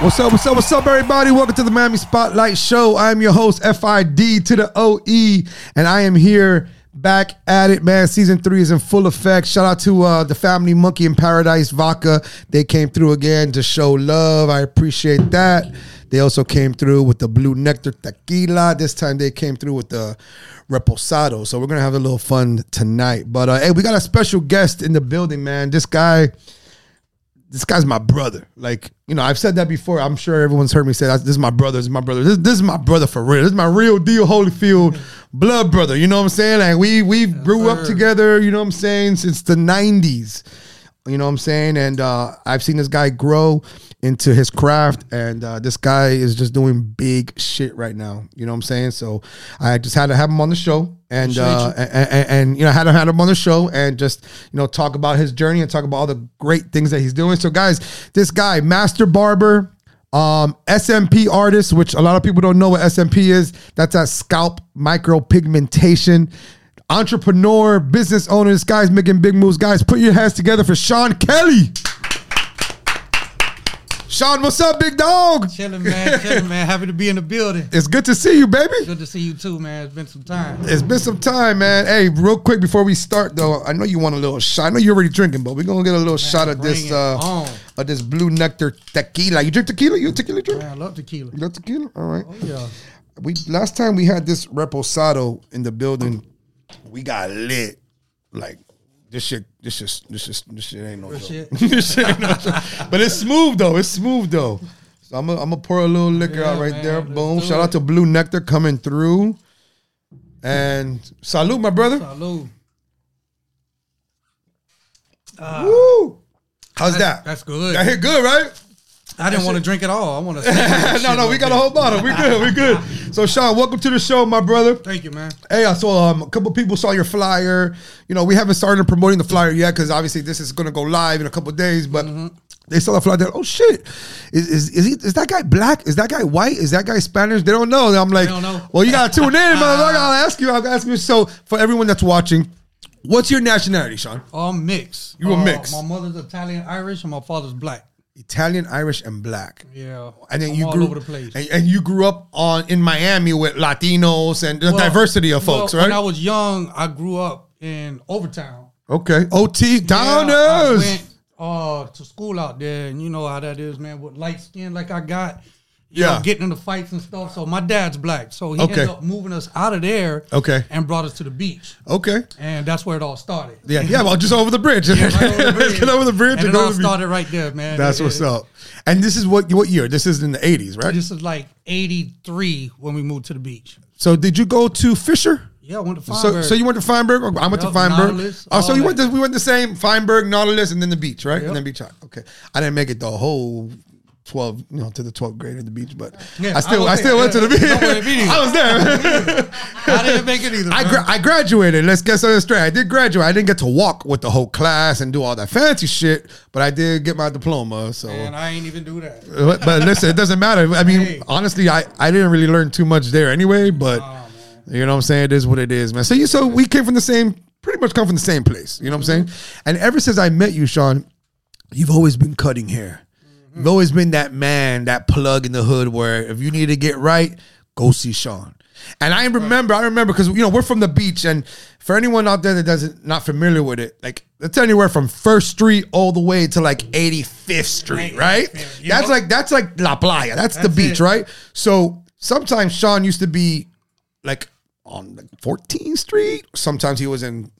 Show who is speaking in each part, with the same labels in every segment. Speaker 1: What's up? What's up? What's up, everybody? Welcome to the Miami Spotlight Show. I'm your host, FID to the OE, and I am here back at it, man. Season three is in full effect. Shout out to uh, the family Monkey in Paradise Vodka. They came through again to show love. I appreciate that. They also came through with the Blue Nectar Tequila. This time they came through with the Reposado. So we're going to have a little fun tonight. But uh, hey, we got a special guest in the building, man. This guy this guy's my brother. Like, you know, I've said that before. I'm sure everyone's heard me say that. This is my brother. This is my brother. This, this is my brother for real. This is my real deal Holyfield blood brother. You know what I'm saying? Like, we we grew up together, you know what I'm saying, since the 90s. You know what I'm saying? And uh, I've seen this guy grow into his craft, and uh, this guy is just doing big shit right now. You know what I'm saying? So I just had to have him on the show, and uh, and, and, and, you know, I had to have him on the show, and just you know, talk about his journey and talk about all the great things that he's doing. So guys, this guy, Master Barber. Um, SMP artist, which a lot of people don't know what SMP is. That's a scalp micropigmentation entrepreneur, business owner. This guy's making big moves. Guys, put your hands together for Sean Kelly. Sean, what's up, big dog?
Speaker 2: Chilling, man. Chilling, man. Happy to be in the building.
Speaker 1: It's good to see you, baby.
Speaker 2: Good to see you too, man. It's been some time.
Speaker 1: It's been some time, man. Hey, real quick before we start, though, I know you want a little shot. I know you're already drinking, but we're gonna get a little shot of
Speaker 2: bring
Speaker 1: this
Speaker 2: it
Speaker 1: uh,
Speaker 2: on.
Speaker 1: of this blue nectar tequila. You drink tequila? You a tequila drink?
Speaker 2: Man, I love tequila. Oh,
Speaker 1: You love tequila? All right.
Speaker 2: Yeah.
Speaker 1: we last time we had this reposado in the building, we got lit. Like this shit, this shit, this shit, this shit ain't no joke.
Speaker 2: shit.
Speaker 1: this shit ain't no joke. But it's smooth though. It's smooth though. So I'm gonna I'm gonna pour a little liquor out
Speaker 2: Yeah,
Speaker 1: right
Speaker 2: man,
Speaker 1: there.
Speaker 2: let's
Speaker 1: Boom.
Speaker 2: do
Speaker 1: Shout out
Speaker 2: it.
Speaker 1: to Blue Nectar coming through. And salute, my brother.
Speaker 2: Salud.
Speaker 1: Woo! How's that?
Speaker 2: That's good.
Speaker 1: that hit good, right?
Speaker 2: I didn't want to drink at all. I want to.
Speaker 1: no, no, we got a whole bottle. We good. We good. So Sean, welcome to the show, my brother.
Speaker 2: Thank you, man.
Speaker 1: Hey, I saw um, a couple people saw your flyer. You know, we haven't started promoting the flyer yet because obviously this is going to go live in a couple days. But
Speaker 2: Mm-hmm.
Speaker 1: they saw the flyer. they're, Oh shit! Is is is, he, is that guy black? Is that guy white? Is that guy Spanish? They don't know. And I'm like,
Speaker 2: don't know.
Speaker 1: well, you gotta tune in, motherfucker. I'll ask you. I'll ask you. So for everyone that's watching, what's your nationality, Sean?
Speaker 2: All mixed.
Speaker 1: You a
Speaker 2: Uh,
Speaker 1: mix.
Speaker 2: My mother's Italian Irish and my father's black.
Speaker 1: Italian, Irish, and black.
Speaker 2: Yeah.
Speaker 1: And then
Speaker 2: I'm
Speaker 1: you
Speaker 2: all
Speaker 1: grew
Speaker 2: over the place.
Speaker 1: And, and you grew up on in Miami with Latinos and the
Speaker 2: Well,
Speaker 1: diversity of
Speaker 2: well,
Speaker 1: folks,
Speaker 2: When
Speaker 1: right?
Speaker 2: I was young, I grew up in Overtown.
Speaker 1: okay, OT downers.
Speaker 2: Yeah, I went uh, to school out there, and you know how that is, man. With light skin like I got, you
Speaker 1: Yeah.
Speaker 2: know, getting into fights and stuff. So my dad's black, so he
Speaker 1: Okay.
Speaker 2: ended up moving us out of there,
Speaker 1: Okay.
Speaker 2: and brought us to the beach,
Speaker 1: Okay.
Speaker 2: and that's where it all started.
Speaker 1: Yeah, yeah, well, just over the bridge.
Speaker 2: Right over the
Speaker 1: Let's
Speaker 2: bridge.
Speaker 1: get over the bridge.
Speaker 2: and it
Speaker 1: go
Speaker 2: all
Speaker 1: to the beach.
Speaker 2: started right there, man.
Speaker 1: That's
Speaker 2: It-
Speaker 1: what's
Speaker 2: it-
Speaker 1: up. And this is what what year? This is in the eighties, right?
Speaker 2: This is like '83 when we moved to the beach.
Speaker 1: so did you go to Fisher?
Speaker 2: Yeah, I went to
Speaker 1: So,
Speaker 2: Feinberg.
Speaker 1: so you went to Feinberg? Oh, I went to
Speaker 2: Yep,
Speaker 1: Feinberg.
Speaker 2: Nautilus,
Speaker 1: oh, so
Speaker 2: all
Speaker 1: you went
Speaker 2: that.
Speaker 1: to, we went the same Feinberg, Nautilus, and then the beach, right?
Speaker 2: Yep.
Speaker 1: And then beach hop. Okay. I didn't make it the whole twelve, you know, to the twelfth grade at the beach, but
Speaker 2: Yeah,
Speaker 1: I still I,
Speaker 2: I was
Speaker 1: still
Speaker 2: there.
Speaker 1: went to the beach.
Speaker 2: Don't worry, me neither.
Speaker 1: I was there.
Speaker 2: I didn't make it either.
Speaker 1: I,
Speaker 2: man.
Speaker 1: gra- I graduated. Let's get something straight. I did graduate. I didn't get to walk with the whole class and do all that fancy shit, but I did get my diploma. So
Speaker 2: and I ain't even do that.
Speaker 1: but, but listen, it doesn't matter. I mean,
Speaker 2: Hey.
Speaker 1: honestly, I, I didn't really learn too much there anyway. But you know what I'm saying? It is what it is, man. So you so we came from the same, pretty much come from the same place. You know what I'm saying? And ever since I met you, Sean, you've always been cutting hair. You've always been that man, that plug in the hood where if you need to get right, go see Sean. And I remember, I remember because you know we're from the beach, and for anyone out there that doesn't not familiar with it, like that's anywhere from First Street all the way to like 85th Street, right?
Speaker 2: Yeah.
Speaker 1: That's like that's like La Playa. That's, the
Speaker 2: That's
Speaker 1: beach,
Speaker 2: it.
Speaker 1: right? So sometimes Sean used to be like on like 14th Street. Sometimes he was in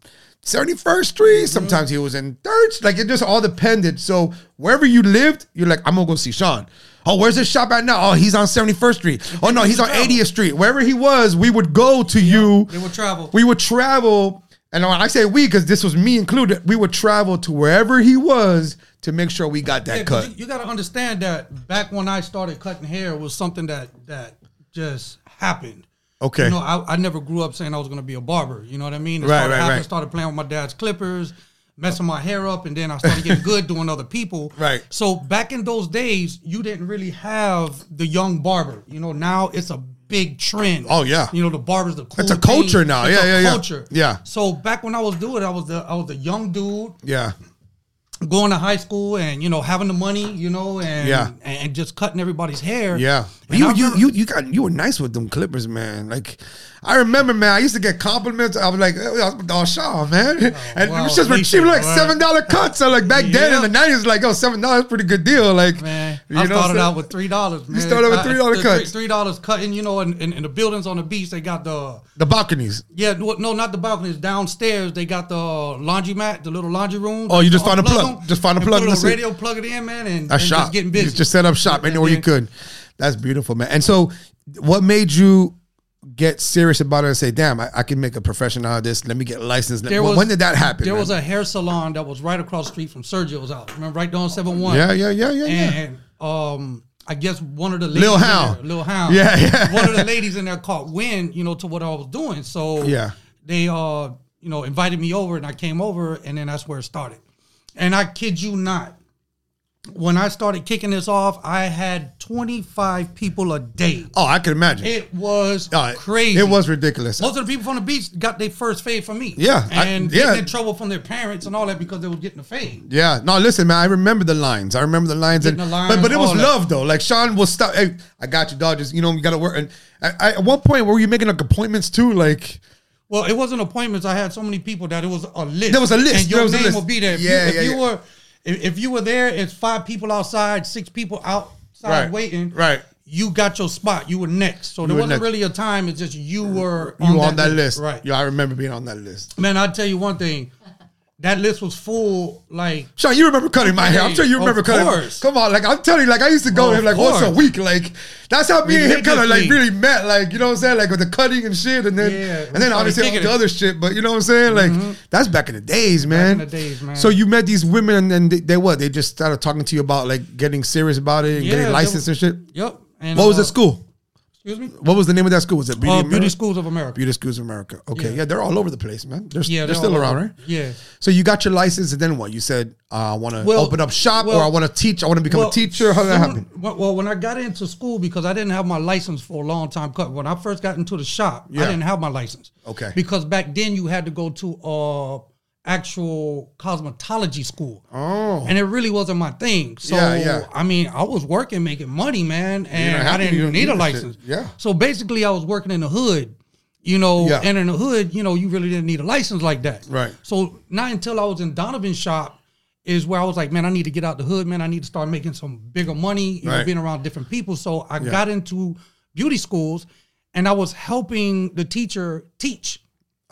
Speaker 1: 71st
Speaker 2: Mm-hmm.
Speaker 1: Street. Sometimes he was in Third. Like it just all depended. So wherever you lived, you're like, I'm gonna go see Sean. Oh, where's his shop at now? Oh, he's on 71st Street. Oh, no, he's on 80th Street. Wherever he was, we would go to you.
Speaker 2: They would travel.
Speaker 1: We would travel. And when I say we, because this was me included, we would travel to wherever he was to make sure we got that
Speaker 2: Yeah, 'cause
Speaker 1: cut.
Speaker 2: You, you got to understand that back when I started cutting hair was something that that just happened.
Speaker 1: Okay.
Speaker 2: You know, I, I never grew up saying I was going to be a barber. You know what I mean? It
Speaker 1: Right,
Speaker 2: started
Speaker 1: right,
Speaker 2: happening,
Speaker 1: right.
Speaker 2: started playing with my dad's clippers, messing my hair up, and then I started getting good doing other people.
Speaker 1: Right.
Speaker 2: So back in those days, you didn't really have the young barber. You know, now it's a big trend.
Speaker 1: Oh, yeah.
Speaker 2: You know, the barber's the cool
Speaker 1: a culture
Speaker 2: thing.
Speaker 1: now.
Speaker 2: It's
Speaker 1: Yeah,
Speaker 2: a
Speaker 1: yeah, yeah.
Speaker 2: Culture.
Speaker 1: Yeah.
Speaker 2: So back when I was doing it, I was the I was a young dude
Speaker 1: yeah.
Speaker 2: going to high school and you know having the money, you know, and
Speaker 1: Yeah.
Speaker 2: and just cutting everybody's hair.
Speaker 1: Yeah,
Speaker 2: And
Speaker 1: you
Speaker 2: I
Speaker 1: you
Speaker 2: remember-
Speaker 1: you you got you were nice with them Clippers, man. Like I remember, man. I used to get compliments. I was like, "Oh, Shaw, man," and it
Speaker 2: Oh, wow,
Speaker 1: was just were
Speaker 2: Lisa,
Speaker 1: cheap, like
Speaker 2: right.
Speaker 1: seven dollar cuts. So like back then in
Speaker 2: Yeah.
Speaker 1: the nineties, like oh, seven dollars, pretty good deal. Like
Speaker 2: Man,
Speaker 1: you know what
Speaker 2: I
Speaker 1: I'm
Speaker 2: started
Speaker 1: saying?
Speaker 2: out with three dollars. You
Speaker 1: started with $3 cuts.
Speaker 2: Three dollars cutting, you know, and in, in the buildings on the beach, they got the
Speaker 1: the balconies.
Speaker 2: yeah, no, no, not the balconies. Downstairs, they got the uh, laundromat, the little laundry room.
Speaker 1: Oh, you just found a
Speaker 2: Unplug
Speaker 1: plug.
Speaker 2: them
Speaker 1: Just found a
Speaker 2: and
Speaker 1: plug,
Speaker 2: Put a
Speaker 1: that's it.
Speaker 2: radio, plug it in, man, and,
Speaker 1: A
Speaker 2: and
Speaker 1: shop,
Speaker 2: just getting busy.
Speaker 1: You just set up shop
Speaker 2: And
Speaker 1: anywhere you
Speaker 2: then-
Speaker 1: could. That's beautiful, man. And so, what made you? Get serious about it and say, "Damn, I, I can make a profession out of this. Let me get licensed."
Speaker 2: There
Speaker 1: When-
Speaker 2: was-
Speaker 1: when did that happen?
Speaker 2: There
Speaker 1: man?
Speaker 2: was a hair salon that was right across the street from Sergio's house. Remember, right down seven one.
Speaker 1: yeah, yeah, yeah, yeah, yeah.
Speaker 2: and um, I guess one of the ladies
Speaker 1: Lil
Speaker 2: in
Speaker 1: Hound.
Speaker 2: there- Lil Hound,
Speaker 1: Yeah, yeah.
Speaker 2: one of the ladies in there caught wind, you know, to what I was doing. So
Speaker 1: Yeah.
Speaker 2: they uh, you know, invited me over, and I came over, and then that's where it started. And I kid you not, when I started kicking this off, I had twenty five people a day.
Speaker 1: oh, I can imagine.
Speaker 2: It was
Speaker 1: Uh,
Speaker 2: crazy.
Speaker 1: It was ridiculous.
Speaker 2: Most of the people from the beach got their first fade from me.
Speaker 1: Yeah, I-
Speaker 2: and
Speaker 1: yeah.
Speaker 2: getting in trouble from their parents and all that because they were getting a fade.
Speaker 1: Yeah, no, listen, man. I remember the lines. I remember the lines, and
Speaker 2: Getting the
Speaker 1: but, but it was
Speaker 2: lines, all that.
Speaker 1: love though. Like Sean will stop. Hey, I got you, dog. Just you know, you got to work. And I, I, at one point, were you making like appointments too? Like
Speaker 2: Well, it wasn't appointments. I had so many people that it was a list.
Speaker 1: There was a list.
Speaker 2: And your
Speaker 1: There was a
Speaker 2: name
Speaker 1: list.
Speaker 2: will be there. If
Speaker 1: Yeah,
Speaker 2: you, if
Speaker 1: yeah,
Speaker 2: you
Speaker 1: yeah.
Speaker 2: were if, if you were there, it's five people outside, six people outside
Speaker 1: Right,
Speaker 2: waiting.
Speaker 1: right.
Speaker 2: You got your spot. You were next. So there
Speaker 1: were
Speaker 2: wasn't
Speaker 1: next.
Speaker 2: really a time. It's just you were
Speaker 1: you were on that list,
Speaker 2: Right.
Speaker 1: Yeah, I remember being on that list.
Speaker 2: Man, I'll tell you one thing. That list was full like
Speaker 1: Sean, you remember cutting my hair? I'm sure you
Speaker 2: Of
Speaker 1: remember cutting.
Speaker 2: course.
Speaker 1: Come on, like I'm telling you, like I used to go
Speaker 2: Of
Speaker 1: him like once a
Speaker 2: course.
Speaker 1: week. Like that's how me and him kind of like
Speaker 2: Ridiculously.
Speaker 1: really met. Like you know what I'm saying? Like with the cutting and shit, and then
Speaker 2: Yeah,
Speaker 1: and then
Speaker 2: we
Speaker 1: obviously all
Speaker 2: started Mm-hmm.
Speaker 1: the other shit. But you know what I'm saying? Like that's back in the days, man.
Speaker 2: in the days, man.
Speaker 1: So you met these women and then they, they what? They just started talking to you about like getting serious about it and
Speaker 2: Yeah,
Speaker 1: getting
Speaker 2: they
Speaker 1: licensed
Speaker 2: were-
Speaker 1: and shit.
Speaker 2: Yep. And
Speaker 1: What was
Speaker 2: uh,
Speaker 1: the school?
Speaker 2: Excuse me?
Speaker 1: What was the name of that school? Was it Beauty,
Speaker 2: Uh,
Speaker 1: America?
Speaker 2: Beauty Schools of America.
Speaker 1: Beauty Schools of America. Okay, yeah.
Speaker 2: Yeah.
Speaker 1: they're all over the place, man. They're,
Speaker 2: Yeah,
Speaker 1: they're, still
Speaker 2: all
Speaker 1: around,
Speaker 2: over.
Speaker 1: right?
Speaker 2: Yeah.
Speaker 1: So you got your license, and then what? You said uh, I want to
Speaker 2: Well-
Speaker 1: open up shop,
Speaker 2: well-
Speaker 1: or I want to teach. I want to become a teacher. How did that
Speaker 2: soon-
Speaker 1: happen?
Speaker 2: Well, well, when I got into school, because I didn't have my license for a long time. 'cause When I first got into the shop,
Speaker 1: Yeah.
Speaker 2: I didn't have my license.
Speaker 1: Okay.
Speaker 2: Because back then you had to go to uh actual cosmetology school.
Speaker 1: Oh.
Speaker 2: And it really wasn't my thing. So
Speaker 1: Yeah, yeah.
Speaker 2: I mean, I was working, making money, man, and
Speaker 1: have to,
Speaker 2: I
Speaker 1: you
Speaker 2: didn't
Speaker 1: don't need
Speaker 2: need a
Speaker 1: that shit.
Speaker 2: license.
Speaker 1: Yeah.
Speaker 2: So basically, I was working in the hood. You know,
Speaker 1: Yeah.
Speaker 2: and in the hood, you know, you really didn't need a license like that.
Speaker 1: Right.
Speaker 2: So not until I was in Donovan's shop is where I was like, man, I need to get out the hood, man. I need to start making some bigger money, you
Speaker 1: Right.
Speaker 2: know, being around different people. So I got into beauty schools and I was helping the teacher teach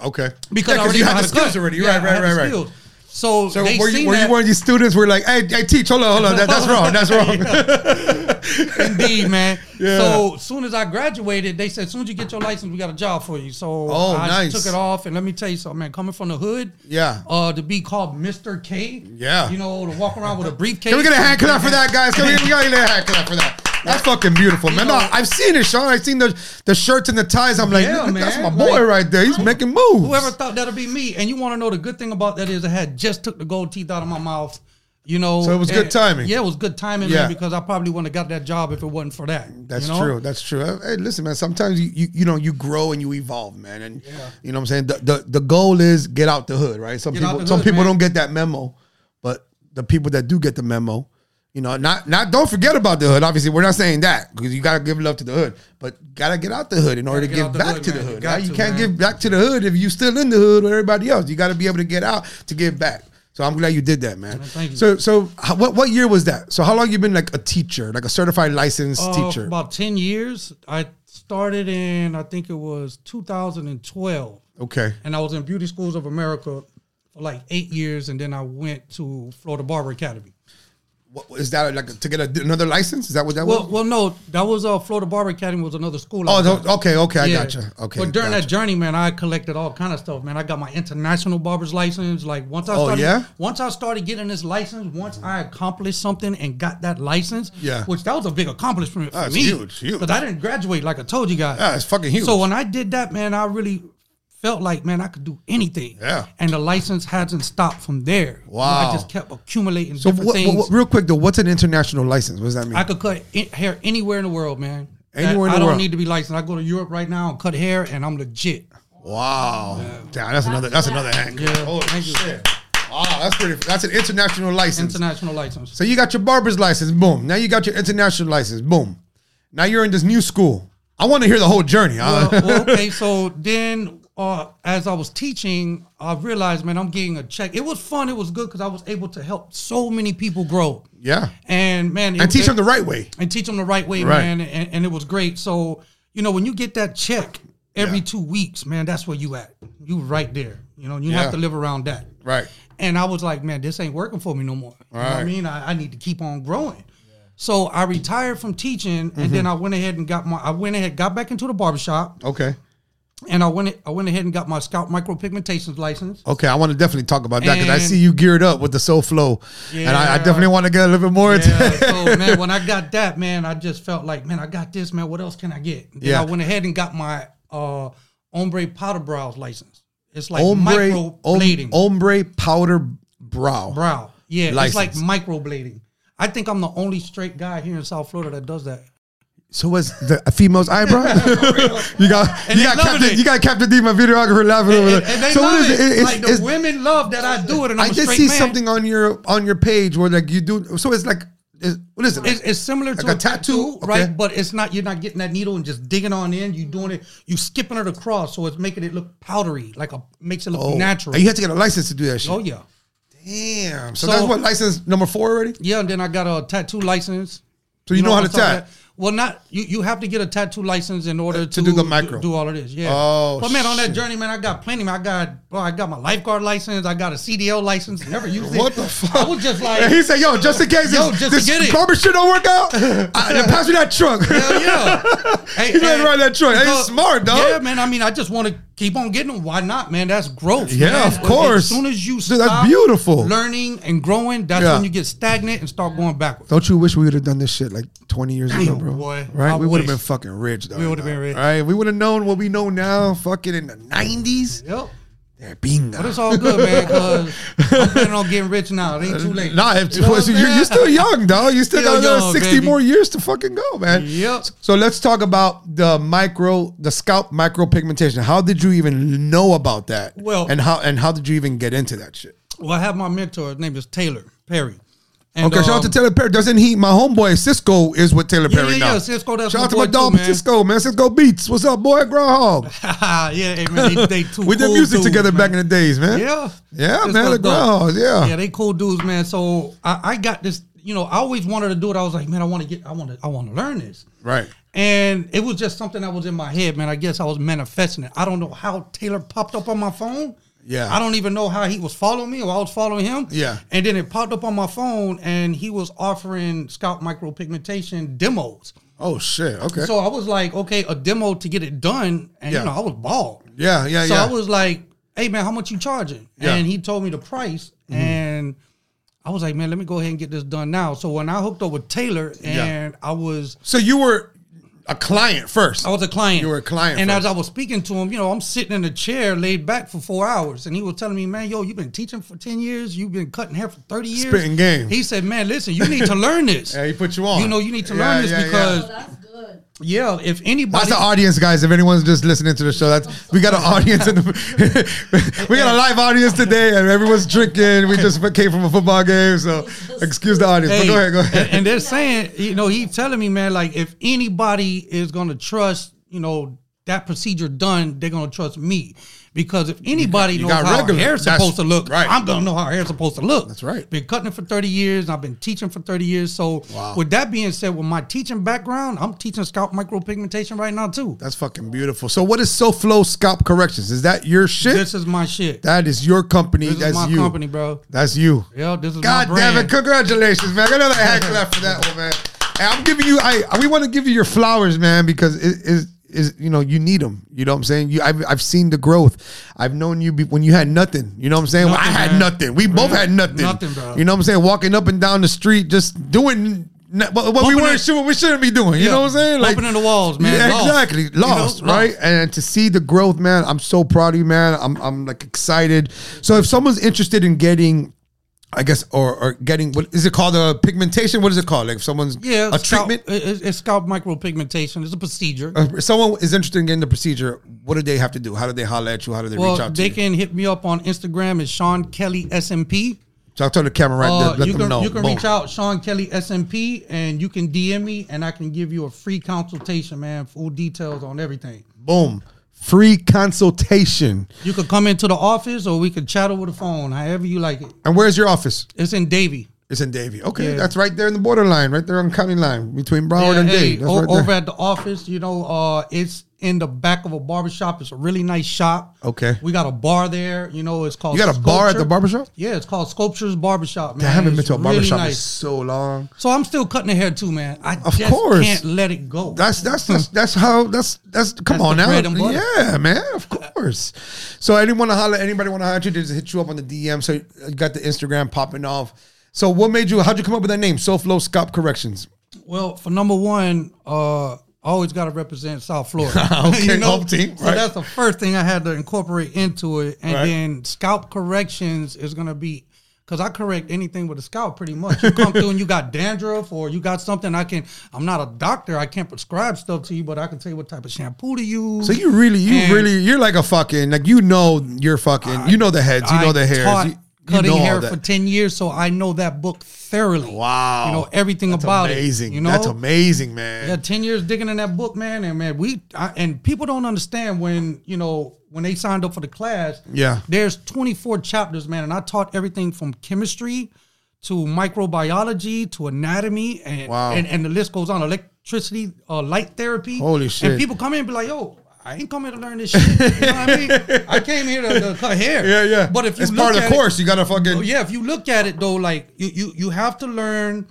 Speaker 1: Okay,
Speaker 2: because
Speaker 1: Yeah,
Speaker 2: I already
Speaker 1: you
Speaker 2: know
Speaker 1: had
Speaker 2: how
Speaker 1: the
Speaker 2: to cut.
Speaker 1: skills already.
Speaker 2: Yeah,
Speaker 1: right,
Speaker 2: I had
Speaker 1: right, right,
Speaker 2: the
Speaker 1: right.
Speaker 2: skills. So,
Speaker 1: So
Speaker 2: they
Speaker 1: were you
Speaker 2: seen
Speaker 1: were you
Speaker 2: that-
Speaker 1: one of these students? Were like, hey, hey, teach. Hold on, hold on. That, that's wrong. That's wrong.
Speaker 2: Indeed, man.
Speaker 1: Yeah.
Speaker 2: So soon as I graduated, they said, soon as you get your license, we got a job for you. So
Speaker 1: Oh,
Speaker 2: I
Speaker 1: nice.
Speaker 2: took it off. And let me tell you something, man, coming from the hood,
Speaker 1: Yeah.
Speaker 2: uh, to be called Mr. K.
Speaker 1: Yeah.
Speaker 2: You know, to walk around with a briefcase.
Speaker 1: Can we get a hand clap for that, guys? Can we, we gotta get a hand clap for that? That's fucking beautiful, man. No,
Speaker 2: know-
Speaker 1: I've seen it, Sean. I've seen the the shirts and the ties. I'm like,
Speaker 2: Yeah,
Speaker 1: that's
Speaker 2: man.
Speaker 1: my boy
Speaker 2: Like,
Speaker 1: right there. He's making moves.
Speaker 2: Whoever thought that'll be me. And you want to know the good thing about that is I had just took the gold teeth out of my mouth. You know,
Speaker 1: So it was good
Speaker 2: and-
Speaker 1: timing.
Speaker 2: Yeah, it was good timing,
Speaker 1: Yeah.
Speaker 2: man, because I probably wouldn't have got that job if it wasn't for that.
Speaker 1: That's
Speaker 2: you know?
Speaker 1: true. That's true. Uh, Hey, listen, man. Sometimes you, you you know you grow and you evolve, man. And you know what I'm saying. The, the the goal is get out the hood, right? Some
Speaker 2: Get out
Speaker 1: people
Speaker 2: the
Speaker 1: some
Speaker 2: hood,
Speaker 1: people
Speaker 2: man.
Speaker 1: don't get that memo, but the people that do get the memo, you know, not not don't forget about the hood. Obviously, we're not saying that because you gotta give love to the hood, but gotta get out the hood in order to
Speaker 2: get
Speaker 1: give
Speaker 2: out the
Speaker 1: back
Speaker 2: hood,
Speaker 1: to
Speaker 2: man.
Speaker 1: the
Speaker 2: You
Speaker 1: hood.
Speaker 2: got
Speaker 1: right? You
Speaker 2: to,
Speaker 1: can't
Speaker 2: man.
Speaker 1: give back to the hood if you still in the hood with everybody else. You gotta be able to get out to give back. So I'm glad you did that, man.
Speaker 2: thank you.
Speaker 1: So, so how- what what year was that? So how long you been like a teacher, like a certified licensed
Speaker 2: Uh, for
Speaker 1: teacher?
Speaker 2: about 10 years. I started in, I think it was 2012.
Speaker 1: Okay.
Speaker 2: and I was in Beauty Schools of America for like eight years, and then I went to Florida Barber Academy.
Speaker 1: What, is that like to get a, another license? Is that what that
Speaker 2: Well,
Speaker 1: was?
Speaker 2: well, no, that was uh, Florida Barber Academy was another school.
Speaker 1: Oh,
Speaker 2: out
Speaker 1: tho-
Speaker 2: there.
Speaker 1: okay, okay, I
Speaker 2: Yeah.
Speaker 1: gotcha. Okay,
Speaker 2: But during
Speaker 1: gotcha.
Speaker 2: that journey, man, I collected all kind of stuff, man. I got my international barber's license. Like once I
Speaker 1: Oh,
Speaker 2: started,
Speaker 1: yeah?
Speaker 2: once I started getting this license, once I accomplished something and got that license,
Speaker 1: Yeah.
Speaker 2: which that was a big accomplishment for
Speaker 1: That's
Speaker 2: me,
Speaker 1: huge, huge.
Speaker 2: Because I didn't graduate, like I told you guys.
Speaker 1: Yeah, Ah, it's fucking huge.
Speaker 2: So when I did that, man, I really felt like, man, I could do anything.
Speaker 1: Yeah.
Speaker 2: And the license hasn't stopped from there. You know,
Speaker 1: Wow.
Speaker 2: I just kept accumulating
Speaker 1: So
Speaker 2: different
Speaker 1: what,
Speaker 2: things.
Speaker 1: what, what- real quick though, what's an international license? What does that mean?
Speaker 2: I could cut i- hair anywhere in the world, man. That-
Speaker 1: Anywhere in the
Speaker 2: I don't
Speaker 1: world.
Speaker 2: need to be licensed. I go to Europe right now and cut hair, and I'm legit.
Speaker 1: wow, damn, that's another that's another angle.
Speaker 2: Yeah,
Speaker 1: Holy
Speaker 2: thank you.
Speaker 1: shit. Wow, that's pretty. That's an international license.
Speaker 2: International license.
Speaker 1: So you got your barber's license, boom. Now you got your international license, boom. Now you're in this new school. I want to hear the whole journey. huh?
Speaker 2: Well, Uh, well, okay, so then uh, as I was teaching, I realized, man, I'm getting a check. It was fun. It was good because I was able to help so many people grow.
Speaker 1: yeah,
Speaker 2: And man, it-
Speaker 1: and teach
Speaker 2: it-
Speaker 1: them the right way.
Speaker 2: and teach them the right way,
Speaker 1: Right.
Speaker 2: man. And, and it was great. So you know, when you get that check every
Speaker 1: Yeah.
Speaker 2: two weeks, man, that's where you at. You right there. You know, you
Speaker 1: Yeah.
Speaker 2: have to live around that.
Speaker 1: Right.
Speaker 2: And I was like, man, this ain't working for me no more. You know what I
Speaker 1: Right.
Speaker 2: mean? I, I need to keep on growing. So I retired from teaching, and then
Speaker 1: Mm-hmm.
Speaker 2: I went ahead and got my. I went ahead, got back into the barbershop,
Speaker 1: Okay.
Speaker 2: and I went. I went ahead and got my scalp micropigmentations license.
Speaker 1: Okay, I want to definitely talk about that because I
Speaker 2: And-
Speaker 1: see you geared up with the soul flow, and I, I
Speaker 2: Yeah.
Speaker 1: definitely want to get a little bit more. into
Speaker 2: Yeah, so Oh, man, when I got that, man, I just felt like, man, I got this, man. What else can I get? Then
Speaker 1: Yeah.
Speaker 2: I went ahead and got my uh ombre powder brows license. It's like
Speaker 1: Ombre, om-
Speaker 2: microblading.
Speaker 1: ombre powder brow.
Speaker 2: brow. Yeah,
Speaker 1: License.
Speaker 2: it's like microblading. I think I'm the only straight guy here in South Florida that does that.
Speaker 1: So was the a female's eyebrow? you got
Speaker 2: And
Speaker 1: you
Speaker 2: they
Speaker 1: got
Speaker 2: loving
Speaker 1: Captain
Speaker 2: it.
Speaker 1: you got Captain D, my videographer, laughing
Speaker 2: And,
Speaker 1: over
Speaker 2: and-
Speaker 1: there.
Speaker 2: and they
Speaker 1: so
Speaker 2: love
Speaker 1: what is
Speaker 2: it.
Speaker 1: it? It's-
Speaker 2: like the
Speaker 1: it's-
Speaker 2: women love that I do it, and I'm
Speaker 1: I
Speaker 2: a
Speaker 1: did
Speaker 2: straight
Speaker 1: see
Speaker 2: man.
Speaker 1: something on your on your page where like you do. So it's like it's, what is it?
Speaker 2: It's, it's similar to
Speaker 1: Like a tattoo, okay.
Speaker 2: right? But it's not. You're not getting that needle and just digging on in. You doing it. You skipping it across, so it's making it look powdery, like a makes it look
Speaker 1: Oh,
Speaker 2: natural.
Speaker 1: and You had to get a license to do that shit.
Speaker 2: Oh yeah,
Speaker 1: Damn. So,
Speaker 2: So-
Speaker 1: that's what license number four already.
Speaker 2: yeah. And then I got a tattoo license.
Speaker 1: So you know how to
Speaker 2: I'm talking
Speaker 1: tat. Uh,
Speaker 2: about? Well, not you. You have to get a tattoo license in order to,
Speaker 1: do the micro.
Speaker 2: do, all of this. Yeah.
Speaker 1: Oh,
Speaker 2: but man, on
Speaker 1: shit.
Speaker 2: that journey, man, I got plenty. Man, I got, well, I got my lifeguard license. I got a CDL license. Never used it.
Speaker 1: What the fuck?
Speaker 2: I was just like,
Speaker 1: And he said, "Yo, just in case
Speaker 2: Yo,
Speaker 1: this,
Speaker 2: just
Speaker 1: this
Speaker 2: to get it.
Speaker 1: barber shit don't work out, I, then pass me that trunk."
Speaker 2: Hell yeah. Hey,
Speaker 1: He's
Speaker 2: and-
Speaker 1: like, "Right, that truck. Hey,
Speaker 2: because-
Speaker 1: smart, dog."
Speaker 2: Yeah, man. I mean, I just want to keep on getting them. Why not, man? That's growth.
Speaker 1: Yeah,
Speaker 2: man.
Speaker 1: of
Speaker 2: As-
Speaker 1: course.
Speaker 2: As soon as you
Speaker 1: Dude,
Speaker 2: stop
Speaker 1: that's beautiful.
Speaker 2: learning and growing, that's
Speaker 1: Yeah.
Speaker 2: when you get stagnant and start going backwards.
Speaker 1: Don't you wish we would have done this shit like 20 years ago,
Speaker 2: Damn,
Speaker 1: bro?
Speaker 2: boy.
Speaker 1: Right?
Speaker 2: I
Speaker 1: we would have been
Speaker 2: wish.
Speaker 1: fucking rich, though.
Speaker 2: would've been rich.
Speaker 1: Right? We would have known what we know now, fucking in the 90s.
Speaker 2: Yep.
Speaker 1: Yeah, bingo.
Speaker 2: But it's all good, man, because I'm planning on getting rich now. It ain't too late.
Speaker 1: Nah, if,
Speaker 2: You know what
Speaker 1: so
Speaker 2: I'm
Speaker 1: you're, you're
Speaker 2: saying?
Speaker 1: still young, dog. You still
Speaker 2: Still
Speaker 1: got another
Speaker 2: young,
Speaker 1: 60
Speaker 2: baby.
Speaker 1: more years to fucking go, man.
Speaker 2: Yep.
Speaker 1: So let's talk about the micro, the scalp micropigmentation. How did you even know about that?
Speaker 2: Well-
Speaker 1: and how and how did you even get into that shit?
Speaker 2: Well, I have my mentor. His name is Taylor Perry. And,
Speaker 1: Okay, shout out to
Speaker 2: um,
Speaker 1: Taylor Perry. Doesn't he? My homeboy Cisco is with Taylor
Speaker 2: Yeah,
Speaker 1: Perry
Speaker 2: yeah,
Speaker 1: now.
Speaker 2: yeah, Cisco, that's
Speaker 1: shout
Speaker 2: my
Speaker 1: out to my
Speaker 2: boy
Speaker 1: dog
Speaker 2: too, man.
Speaker 1: Cisco, man. Cisco Beats. What's up, boy? Groundhog.
Speaker 2: yeah, hey, man, they, they two
Speaker 1: We did
Speaker 2: cool
Speaker 1: music
Speaker 2: dudes,
Speaker 1: together
Speaker 2: man.
Speaker 1: back in the days, man.
Speaker 2: Yeah.
Speaker 1: Yeah, man.
Speaker 2: Just for
Speaker 1: The
Speaker 2: adults.
Speaker 1: groundhogs, yeah.
Speaker 2: Yeah, they cool dudes, man. So I, I got this, you know, I always wanted to do it. I was like, man, I want to get I want to I want to learn this.
Speaker 1: Right.
Speaker 2: And it was just something that was in my head, man. I guess I was manifesting it. I don't know how Taylor popped up on my phone.
Speaker 1: Yeah.
Speaker 2: I don't even know how he was following me or I was following him.
Speaker 1: Yeah.
Speaker 2: And then it popped up on my phone and he was offering scalp micropigmentation demos.
Speaker 1: Oh shit. Okay.
Speaker 2: So I was like, okay, a demo to get it done. And
Speaker 1: Yeah.
Speaker 2: you know, I was bald.
Speaker 1: yeah, yeah,
Speaker 2: So
Speaker 1: yeah.
Speaker 2: I was like, "Hey man, how much you charging?"
Speaker 1: Yeah. Mm-hmm.
Speaker 2: And he told me the price, and I was like, "Man, let me go ahead and get this done now." So when I hooked up with Taylor, and I was
Speaker 1: So you were a client first.
Speaker 2: I was a client.
Speaker 1: You were a client
Speaker 2: And
Speaker 1: first.
Speaker 2: as I was speaking to him, you know, I'm sitting in a chair, laid back for four hours, and he was telling me, "Man, yo, you've been teaching for ten years. You've been cutting hair for thirty years.
Speaker 1: Spitting game.
Speaker 2: He said, "Man, listen, you need to learn this.
Speaker 1: yeah, he put you on.
Speaker 2: You know, you need to
Speaker 1: Yeah,
Speaker 2: learn this
Speaker 1: yeah, yeah.
Speaker 2: because
Speaker 3: Oh, that's good.
Speaker 2: yeah. if anybody."
Speaker 1: That's the audience, guys. If anyone's just listening to the show, that's we got an audience. In the, we got a live audience today, and everyone's drinking. We just came from a football game, so excuse the audience. but
Speaker 2: Hey,
Speaker 1: go ahead, go ahead.
Speaker 2: And, and they're saying, you know, he telling me, man, like if anybody is gonna trust, you know, that procedure done, they're gonna trust me because if anybody
Speaker 3: you
Speaker 2: knows
Speaker 3: got
Speaker 2: how
Speaker 3: regular.
Speaker 2: hair's
Speaker 3: That's
Speaker 2: supposed to look,
Speaker 3: right.
Speaker 2: I'm gonna know how hair's supposed to look.
Speaker 3: That's right.
Speaker 2: Been cutting it for 30 years. and I've been teaching for 30 years. So with that being said, with my teaching background, I'm teaching scalp micropigmentation right now too.
Speaker 1: That's fucking beautiful. So what is SoFlow Scalp Corrections? Is that your shit?
Speaker 2: This is my shit.
Speaker 1: that is your company.
Speaker 2: This
Speaker 1: That's
Speaker 2: is my
Speaker 1: you.
Speaker 2: company, bro.
Speaker 1: That's you.
Speaker 2: Yeah, this is
Speaker 1: God
Speaker 2: my
Speaker 1: damn it!
Speaker 2: brand.
Speaker 1: Congratulations, man. I got another hand clap for that one, man. And I'm giving you. I we want to give you your flowers, man, because it is is you know you need them. You know what I'm saying? You I've I've seen the growth. I've known you be, when you had nothing. You know what I'm saying? When I
Speaker 2: Nothing,
Speaker 1: had
Speaker 2: man.
Speaker 1: nothing. We both had nothing.
Speaker 2: Nothing, bro.
Speaker 1: You know what I'm saying? Walking up and down the street, just doing. n- What, what we
Speaker 2: Bumping
Speaker 1: weren't
Speaker 2: it-
Speaker 1: sure what we shouldn't be doing. You
Speaker 2: Yeah.
Speaker 1: know what I'm saying?
Speaker 2: Bumping into walls, man.
Speaker 1: Yeah,
Speaker 2: Lost.
Speaker 1: exactly.
Speaker 2: You know?
Speaker 1: Lost,
Speaker 2: Lost.
Speaker 1: right? and to see the growth, man, I'm so proud of you, man. I'm I'm like excited. So if someone's interested in getting, I guess, or or getting what is it called a pigmentation? What is it called? Like if someone's
Speaker 2: Yeah,
Speaker 1: a
Speaker 2: scalp-
Speaker 1: treatment.
Speaker 2: it- It's, it's scalp micropigmentation. It's a procedure.
Speaker 1: Uh, If someone is interested in getting the procedure, what do they have to do? How do they holler at you? How do they reach
Speaker 2: well,
Speaker 1: out
Speaker 2: they
Speaker 1: to you?
Speaker 2: can hit me up on Instagram at Sean Kelly SMP.
Speaker 1: So I'll tell the camera right
Speaker 2: Uh,
Speaker 1: there. Let
Speaker 2: you
Speaker 1: them
Speaker 2: can
Speaker 1: know.
Speaker 2: you can
Speaker 1: Boom.
Speaker 2: reach out Sean Kelly SMP and you can DM me and I can give you a free consultation, man. Full details on everything.
Speaker 1: Boom. Free consultation.
Speaker 2: You could come into the office or we could chat over the phone, however you like it.
Speaker 1: And where's your office?
Speaker 2: It's in Davie.
Speaker 1: It's in Davie. Okay,
Speaker 2: Yeah.
Speaker 1: that's right there in the borderline, right there on county line between Broward
Speaker 2: Yeah,
Speaker 1: and
Speaker 2: hey,
Speaker 1: Oh, Davie. That's
Speaker 2: o-
Speaker 1: right there.
Speaker 2: over at the office, you know, uh, it's in the back of a barbershop. It's a really nice shop.
Speaker 1: Okay.
Speaker 2: We got a bar there. You know, it's called
Speaker 1: You got a bar at the
Speaker 2: Sculpture.
Speaker 1: barbershop?
Speaker 2: Yeah, it's called Sculptures Barbershop, man.
Speaker 1: I haven't been
Speaker 2: It's
Speaker 1: to a
Speaker 2: really
Speaker 1: barbershop in
Speaker 2: nice.
Speaker 1: so long.
Speaker 2: So I'm still cutting the hair too, man. I
Speaker 1: Of
Speaker 2: just
Speaker 1: course.
Speaker 2: can't let it go.
Speaker 1: That's that's that's, that's how that's that's come on
Speaker 2: Hmm. That's the
Speaker 1: now.
Speaker 2: bread and butter.
Speaker 1: Yeah, man, of course. So anyone to holler, anybody want to holler at you, just hit you up on the DM. So you got the Instagram popping off. So what made you? How'd you come up with that name? SoFlo Scalp Corrections.
Speaker 2: Well, for number one, uh, I always got to represent South Florida.
Speaker 1: Okay, home team,
Speaker 2: So
Speaker 1: right.
Speaker 2: that's the first thing I had to incorporate into it, and
Speaker 1: Right.
Speaker 2: then scalp corrections is gonna be because I correct anything with a scalp pretty much. You come through and you got dandruff or you got something. I can. I'm not a doctor. I can't prescribe stuff to you, but I can tell you what type of shampoo to use.
Speaker 1: So you really, you
Speaker 2: And-
Speaker 1: really, you're like a fucking like you know you're fucking you know the heads, you know the hairs,
Speaker 2: taught
Speaker 1: you, you
Speaker 2: cutting
Speaker 1: know all
Speaker 2: hair
Speaker 1: that.
Speaker 2: for ten years, so I know that book thoroughly.
Speaker 1: Wow.
Speaker 2: you know everything
Speaker 1: Oh, That's
Speaker 2: about
Speaker 1: amazing.
Speaker 2: it. You know
Speaker 1: That's amazing, man.
Speaker 2: Yeah, ten years digging in that book, man, and man, we I, and people don't understand when you know when they signed up for the class.
Speaker 1: Yeah.
Speaker 2: there's 24 chapters, man, and I taught everything from chemistry to microbiology to anatomy, and
Speaker 1: Wow.
Speaker 2: and, and the list goes on. Electricity, uh, light therapy.
Speaker 1: Holy shit.
Speaker 2: And people come in and be like, yo. I ain't come here to learn this shit. You know what I mean? I came here to, to cut hair.
Speaker 1: Yeah, yeah.
Speaker 2: But if you
Speaker 1: it's
Speaker 2: look
Speaker 1: part of the
Speaker 2: at it-
Speaker 1: course, you gotta fucking
Speaker 2: Oh, yeah, if you look at it though, like you you you have to learn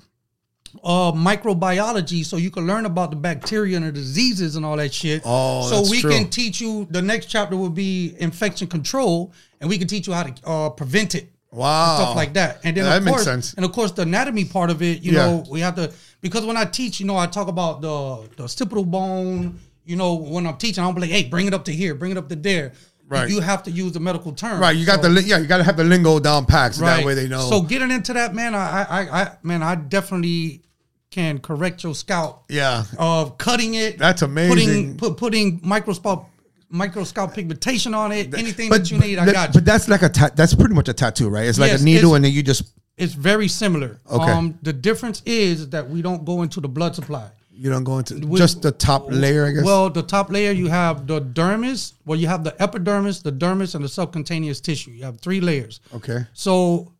Speaker 2: uh microbiology so you can learn about the bacteria and the diseases and all that shit.
Speaker 1: Oh,
Speaker 2: so
Speaker 1: that's
Speaker 2: we
Speaker 1: true.
Speaker 2: can teach you the next chapter will be infection control and we can teach you how to uh prevent it.
Speaker 1: wow
Speaker 2: Stuff like that. And then
Speaker 1: Oh. That
Speaker 2: of
Speaker 1: makes
Speaker 2: course,
Speaker 1: sense.
Speaker 2: And of course the anatomy part of it, you
Speaker 1: Yeah.
Speaker 2: know, we have to because when I teach, you know, I talk about the the occipital bone, you know, when I'm teaching, I'm like, hey, bring it up to here, bring it up to there.
Speaker 1: Right.
Speaker 2: You have to use the medical term.
Speaker 1: Right, you got the
Speaker 2: So-
Speaker 1: the yeah, you gotta have the lingo down packed so that
Speaker 2: Right.
Speaker 1: way they know.
Speaker 2: So getting into that, man, I, I, I, I man, I definitely can correct your scalp
Speaker 1: yeah,
Speaker 2: of cutting it.
Speaker 1: That's amazing.
Speaker 2: Putting put, putting microscope microscope pigmentation on it. Anything that you need, I
Speaker 1: that-
Speaker 2: got you.
Speaker 1: But that's like a ta- that's pretty much a tattoo, right? It's like
Speaker 2: Yes,
Speaker 1: a needle,
Speaker 2: it's-
Speaker 1: and then you just
Speaker 2: It's very similar. Um,
Speaker 1: Okay.
Speaker 2: the difference is that we don't go into the blood supply.
Speaker 1: you don't go into
Speaker 2: With-
Speaker 1: just the top layer, I guess.
Speaker 2: Well, the top layer you have the dermis. Well, you have the epidermis, the dermis, and the subcutaneous tissue. You have three layers.
Speaker 1: okay,
Speaker 2: So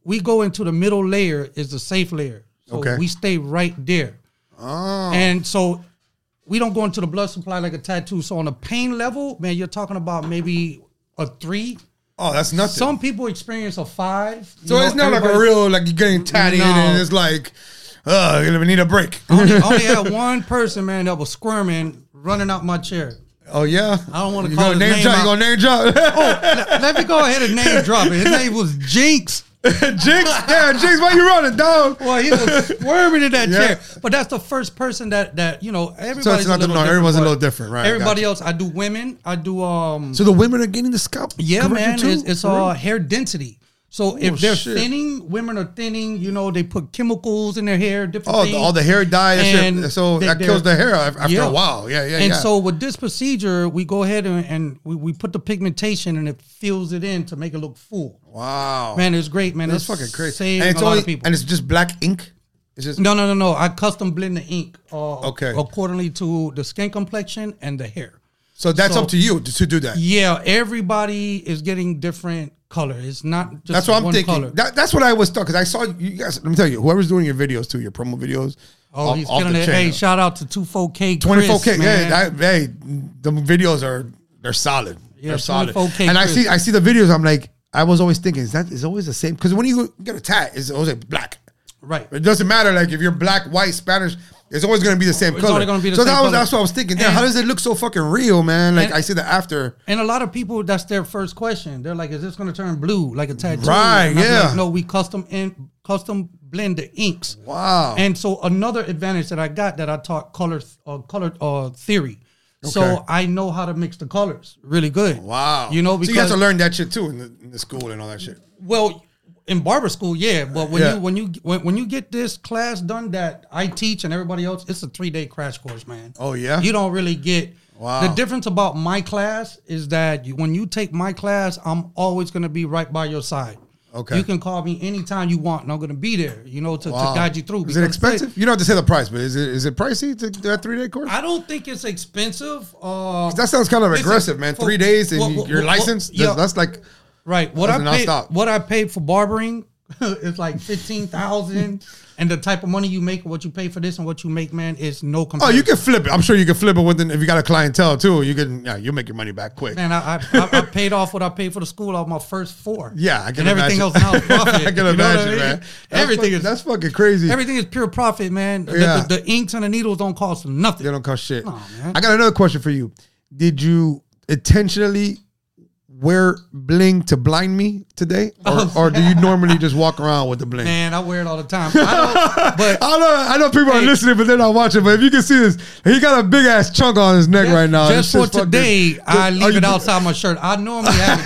Speaker 2: we go into the middle layer is the safe layer. So
Speaker 1: Okay. Oh.
Speaker 2: we stay right there. And so we don't go into the blood supply like a tattoo. So on a pain level, man, you're talking about maybe a three.
Speaker 1: oh, that's nothing.
Speaker 2: Some people experience a five. You
Speaker 1: so
Speaker 2: know,
Speaker 1: it's not like a
Speaker 2: everybody-
Speaker 1: real like you're getting tatted,
Speaker 2: No.
Speaker 1: and it's like, uh, gonna need a break.
Speaker 2: I only, I only had one person, man, that was squirming, running out my chair.
Speaker 1: oh yeah,
Speaker 2: I don't wanna
Speaker 1: You
Speaker 2: call
Speaker 1: gonna name
Speaker 2: his name
Speaker 1: drop. You
Speaker 2: out.
Speaker 1: gonna name drop?
Speaker 2: Let, let me go ahead and name drop it. His name was Jinx.
Speaker 1: Jinx, yeah, Jinx, why you running, dog?
Speaker 2: Well, he was squirming in that
Speaker 1: Yeah.
Speaker 2: chair. But that's the first person that that you know. Everybody's
Speaker 1: not
Speaker 2: a
Speaker 1: the
Speaker 2: little
Speaker 1: norm. Everyone's a
Speaker 2: but
Speaker 1: little different, right,
Speaker 2: Everybody
Speaker 1: gotcha.
Speaker 2: else, I do women. I do um.
Speaker 1: So the women are getting the scalp.
Speaker 2: yeah,
Speaker 1: correction
Speaker 2: man,
Speaker 1: too? Oh,
Speaker 2: it's, it's all hair density. So if they're
Speaker 1: shit.
Speaker 2: thinning, women are thinning. You know, they put chemicals in their hair. Different.
Speaker 1: Oh, the,
Speaker 2: things.
Speaker 1: all the hair dye, and shit.
Speaker 2: And
Speaker 1: so
Speaker 2: they-
Speaker 1: that kills the
Speaker 2: they're-
Speaker 1: hair af- after
Speaker 2: Yeah.
Speaker 1: a while. Yeah, yeah,
Speaker 2: and
Speaker 1: yeah.
Speaker 2: so with this procedure, we go ahead and, and we, we put the pigmentation and it fills it in to make it look full.
Speaker 1: wow,
Speaker 2: Man, it's great, man.
Speaker 1: That's
Speaker 2: it's
Speaker 1: fucking crazy.
Speaker 2: Saving
Speaker 1: And it's
Speaker 2: a lot
Speaker 1: only
Speaker 2: of people.
Speaker 1: and it's just black ink. It's just
Speaker 2: No, no, no, no. I custom blend the ink. Uh,
Speaker 1: Okay.
Speaker 2: Accordingly to the skin complexion and the hair.
Speaker 1: So that's
Speaker 2: So-
Speaker 1: up to you to do that.
Speaker 2: Yeah, everybody is getting different color. It's not just
Speaker 1: That's what I'm
Speaker 2: one
Speaker 1: thinking.
Speaker 2: color.
Speaker 1: That, that's what I was thought because I saw you guys. Let me tell you, whoever's doing your videos too, your promo videos.
Speaker 2: oh,
Speaker 1: off-
Speaker 2: he's
Speaker 1: off the
Speaker 2: killing it.
Speaker 1: chain.
Speaker 2: Hey, shout out to 24K.
Speaker 1: 24 k.
Speaker 2: Chris, man.
Speaker 1: Hey, I, hey, the videos are they're solid.
Speaker 2: Yeah,
Speaker 1: they're solid.
Speaker 2: 24K
Speaker 1: and I
Speaker 2: Chris.
Speaker 1: see I see the videos. I'm like, I was always thinking, is that is always the same? Because when you get a tat, it's always like black.
Speaker 2: right.
Speaker 1: It doesn't matter. Like if you're black, white, Spanish, it's always gonna be the same
Speaker 2: It's
Speaker 1: color.
Speaker 2: only gonna be the
Speaker 1: so
Speaker 2: same
Speaker 1: that was
Speaker 2: color.
Speaker 1: that's what I was thinking. Damn,
Speaker 2: And-
Speaker 1: how does it look so fucking real, man? Like
Speaker 2: And-
Speaker 1: I see the after.
Speaker 2: And a lot of people, that's their first question. They're like, "Is this going to turn blue like a tattoo?"
Speaker 1: Right,
Speaker 2: And I'm
Speaker 1: yeah.
Speaker 2: Like, no, we custom in custom blend the inks.
Speaker 1: Wow.
Speaker 2: And so another advantage that I got that I taught color uh, color uh, theory.
Speaker 1: Okay.
Speaker 2: So I know how to mix the colors really good.
Speaker 1: Wow.
Speaker 2: You know
Speaker 1: so
Speaker 2: because
Speaker 1: you have to learn that shit too in the, in the school and all that shit.
Speaker 2: well in barber school, yeah, but when
Speaker 1: Yeah.
Speaker 2: you when you when, when you get this class done that I teach and everybody else, it's a three day crash course, man.
Speaker 1: Oh, yeah?
Speaker 2: you don't really get.
Speaker 1: Wow.
Speaker 2: The difference about my class is that you, when you take my class, I'm always going to be right by your side.
Speaker 1: Okay.
Speaker 2: you can call me anytime you want, and I'm going to be there. You know to,
Speaker 1: Wow.
Speaker 2: to guide you through.
Speaker 1: Is it
Speaker 2: because they-
Speaker 1: expensive? You don't have to say the price, but is it is it pricey to do that three day course?
Speaker 2: I don't think it's expensive. Uh,
Speaker 1: That sounds kind of
Speaker 2: Listen,
Speaker 1: aggressive, man.
Speaker 2: for-
Speaker 1: Three days and
Speaker 2: what-
Speaker 1: you-
Speaker 2: what-
Speaker 1: you're
Speaker 2: what- what-
Speaker 1: licensed.
Speaker 2: yeah.
Speaker 1: That's, that's like
Speaker 2: Right. What
Speaker 1: That's
Speaker 2: I paid,
Speaker 1: nonstop.
Speaker 2: what I paid for barbering is like fifteen thousand, and the type of money you make, what you pay for this, and what you make, man, is no
Speaker 1: oh,
Speaker 2: comparison.
Speaker 1: you can flip it. I'm sure you can flip it with an, if you got a clientele too. You can yeah, you'll make your money back quick.
Speaker 2: Man, I, I, I I paid off what I paid for the school off my first four.
Speaker 1: yeah, I can
Speaker 2: and everything
Speaker 1: imagine.
Speaker 2: else now is profit.
Speaker 1: I can
Speaker 2: You know what I
Speaker 1: imagine,
Speaker 2: mean?
Speaker 1: man. That's
Speaker 2: Everything
Speaker 1: fuck-
Speaker 2: is
Speaker 1: that's fucking crazy.
Speaker 2: everything is pure profit, man. The-
Speaker 1: Yeah.
Speaker 2: The, the, inks and the needles don't cost nothing.
Speaker 1: They don't cost shit.
Speaker 2: Nah, man.
Speaker 1: I got another question for you. Did you intentionally wear bling to blind me today, or, or do you normally just walk around with the bling?
Speaker 2: Oh, Man, I wear it all the time. I don't, but
Speaker 1: I know, I know people are
Speaker 2: Hey.
Speaker 1: listening, but they're not watching. But if you can see this, he got a big ass chunk on his neck
Speaker 2: Just-
Speaker 1: right now. This
Speaker 2: Just for
Speaker 1: shit's fucking-
Speaker 2: today, I
Speaker 1: Are
Speaker 2: leave
Speaker 1: you-
Speaker 2: it outside my shirt. I normally have it